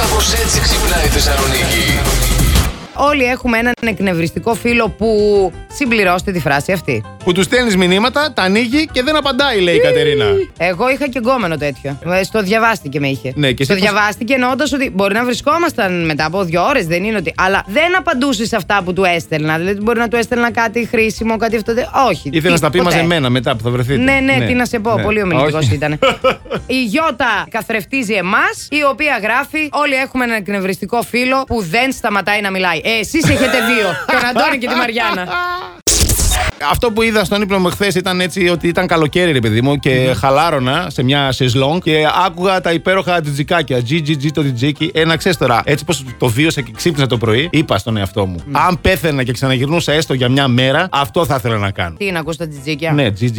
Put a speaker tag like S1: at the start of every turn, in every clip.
S1: Κάπως έτσι ξυπνάει η Θεσσαλονίκη.
S2: Όλοι έχουμε έναν εκνευριστικό φίλο που συμπληρώστε τη φράση αυτή.
S3: Που του στέλνεις μηνύματα, τα ανοίγει και δεν απαντάει, λέει η Κατερίνα.
S2: Εγώ είχα και γκόμενο τέτοιο. Ε, Στο διαβάστηκε με είχε.
S3: Ναι, και
S2: Στο
S3: εσύ πώς-
S2: διαβάστηκε εννοώντας ότι μπορεί να βρισκόμασταν μετά από δύο ώρες, δεν είναι ότι. Αλλά δεν απαντούσες σε αυτά που του έστελνα. Δηλαδή μπορεί να του έστελνα κάτι χρήσιμο, κάτι αυτό. δεν- Όχι.
S3: Ήθελες να
S2: τι-
S3: στα πει
S2: ποτέ.
S3: μαζεμένα μετά που θα βρεθείτε.
S2: Ναι, ναι, τι να σε πω.
S3: Ναι.
S2: Πολύ ομιλητικός
S3: Όχι.
S2: ήταν. Η Γιώτα καθρεφτίζει εμάς, η οποία γράφει: Όλοι έχουμε έναν εκνευριστικό φίλο που δεν σταματάει να μιλάει. Ε, Εσείς έχετε δύο. τον Αντώνη και τη Μαριάννα.
S3: Αυτό που είδα στον ύπνο μου χθες ήταν έτσι ότι ήταν καλοκαίρι, ρε παιδί μου, και χαλάρωνα σε μια σεζλόν και άκουγα τα υπέροχα τζιτζικάκια. GGG το τζιτζίκι. Ένα ξέρεις τώρα, έτσι πώ το βίωσα και ξύπνησα το πρωί, είπα στον εαυτό μου. Αν πέθαινα και ξαναγυρνούσα έστω για μια μέρα, αυτό θα ήθελα να κάνω.
S2: Τι να ακούς τα τζιτζίκια.
S3: Ναι, GGG,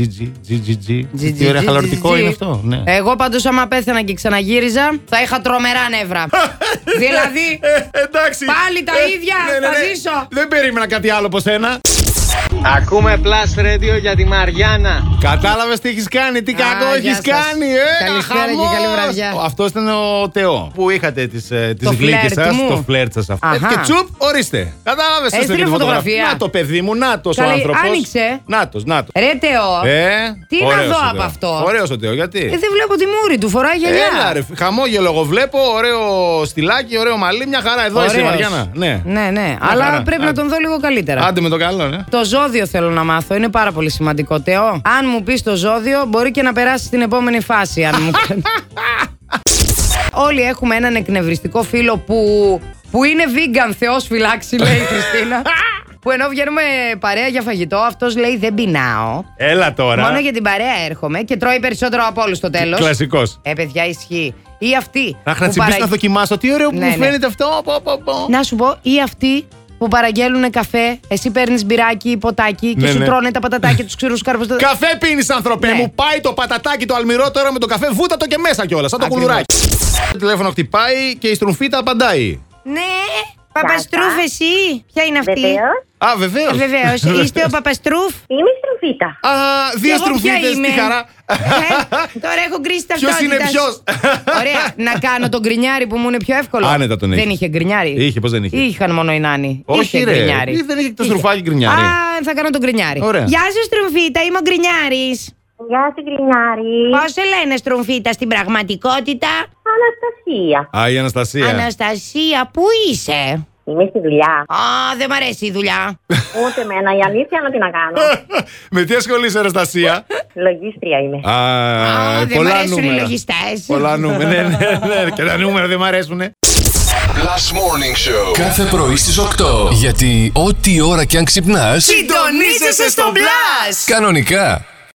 S3: GGG.
S2: Τζι,
S3: Τι
S2: τζι,
S3: ωραία
S2: τζι,
S3: χαλαρωτικό
S2: τζι,
S3: είναι
S2: τζι.
S3: αυτό. Ναι.
S2: Εγώ πάντως, άμα πέθανα και ξαναγύριζα, θα είχα τρομερά νεύρα. δηλαδή,
S3: Ε, εντάξει.
S2: Πάλι τα
S3: Ε,
S2: ίδια, θα ζήσω.
S3: Δεν περίμενα κάτι άλλο από σένα.
S4: Ακούμε Plus Radio για τη Μαριάννα.
S3: Κατάλαβες τι έχεις κάνει, τι κακό
S2: γεια
S3: έχεις
S2: σας.
S3: κάνει, ε!
S2: Καλησπέρα
S3: χαμός.
S2: και καλή βραδιά.
S3: Αυτό ήταν ο Τεό που είχατε τις τις
S2: Το
S3: γλύκες
S2: φλερτ
S3: σας,
S2: μου.
S3: το φλερτ σας αυτό.
S2: Αχα.
S3: Ε, Και τσουπ, ορίστε. Κατάλαβες
S2: Έστειλε φωτογραφία.
S3: Να το παιδί μου, να το ο
S2: Καλή,
S3: άνθρωπος.
S2: άνοιξε.
S3: Να το, να το.
S2: ρε Τεό,
S3: Ε,
S2: τι να
S3: ωραίος
S2: δω
S3: ο
S2: από
S3: Τεό.
S2: αυτό.
S3: Ωραίος ο Τεό, γιατί.
S2: ε, δεν βλέπω τη μούρη του, φοράει γυαλιά.
S3: Έλα, ρε, χαμόγελο εγώ βλέπω, ωραίο στυλάκι, ωραίο μαλλί, μια χαρά εδώ είσαι
S2: Ωραίος.
S3: Μαριάννα. Ναι.
S2: ναι, ναι.
S3: Μια
S2: Αλλά
S3: χαρά.
S2: πρέπει να
S3: Άντε.
S2: τον δω λίγο καλύτερα.
S3: Άντε με το καλό, ναι.
S2: Το ζώδιο θέλω να μάθω. Είναι πάρα πολύ σημαντικό. Τεό, αν μου πεις το ζώδιο, μπορεί και να περάσει στην επόμενη φάση. Αν μου κάνεις. Όλοι έχουμε έναν εκνευριστικό φίλο που, που είναι vegan, Θεός φυλάξει, λέει η Χριστίνα. που ενώ βγαίνουμε παρέα για φαγητό, αυτός λέει δεν πεινάω.
S3: Έλα τώρα.
S2: Μόνο για την παρέα έρχομαι και τρώει περισσότερο από όλους στο τέλος.
S3: Κλασικός.
S2: Ε, παιδιά, ισχύει. Ή αυτή.
S3: Να
S2: που
S3: χρατσιμπήσω να
S2: παραγγ-
S3: δοκιμάσω. Τι ωραίο που
S2: Ναι,
S3: μου
S2: ναι.
S3: φαίνεται αυτό. Πω, πω, πω.
S2: να σου πω, ή αυτοί που παραγγέλνουν καφέ, εσύ παίρνεις μπυράκι, ποτάκι και
S3: Ναι,
S2: σου
S3: ναι.
S2: τρώνε τα πατατάκια, τους ξηρού κάρπους.
S3: Καφέ πίνεις, ανθρωπέ
S2: Ναι.
S3: μου. Πάει το πατατάκι το αλμυρό τώρα με το καφέ. Βούτα το και μέσα κιόλας. Σαν το
S2: Ακριβώς.
S3: κουλουράκι. Το τηλέφωνο χτυπάει και η στρουφίτα απαντάει.
S2: Ναι, Παπαστρούφ, εσύ. Ποια είναι αυτή.
S5: Βεβαίως.
S3: Α, βεβαίως.
S2: Ε, Βεβαίως. Είστε ο Παπαστρούφ.
S5: Είμαι η Στροφίτα.
S3: Α, δύο
S2: Και Ε, εγώ ποια
S3: στρουφίτε.
S2: είμαι?
S3: Τι χαρά.
S2: Ε, Τώρα έχω γκρίσει τα
S3: Ποιος είναι ποιος?
S2: Ωραία, να κάνω τον γκρινιάρι που μου είναι πιο εύκολο.
S3: Άνετα τον
S2: Δεν
S3: έχεις.
S2: είχε γκρινιάρι.
S3: Είχε, πώς δεν είχε.
S2: Είχαν μόνο οι νάνοι.
S3: Όχι,
S2: είχε
S3: ρε.
S2: γκρινιάρι.
S3: Ε, δεν είχε το στρουφάκι γκρινιάρι.
S2: Α, θα κάνω τον γκρινιάρι.
S3: Ωραία.
S2: Γεια σου, Στρουφίτα, είμαι ο γκρινιάρης.
S5: Γεια σου, Γκρινάρη.
S2: Πώς σε λένε, Στρουφίτα, στην πραγματικότητα.
S5: Αναστασία.
S3: Α, η Αναστασία.
S2: Αναστασία, πού είσαι.
S5: Είμαι στη δουλειά.
S2: Α, δεν μ' αρέσει η δουλειά.
S5: Ούτε εμένα, η αλήθεια να τι να κάνω.
S3: Ε. Με τι ασχολείσαι, Αναστασία.
S5: Λογίστρια είμαι.
S3: Α,
S2: Α, δεν μ'
S3: Ε, πολλά
S2: αρέσουν οι
S3: νούμερα.
S2: λογιστές.
S3: Πολλά νούμερα. Ναι, ναι, ναι. Και τα νούμερα δεν μ' αρέσουνε.
S1: Last Morning Show.
S6: Κάθε πρωί στις 8. Γιατί ό,τι ώρα κι αν ξυπνάς,
S2: Συντονίζεσαι στο μπλα!
S6: κανονικά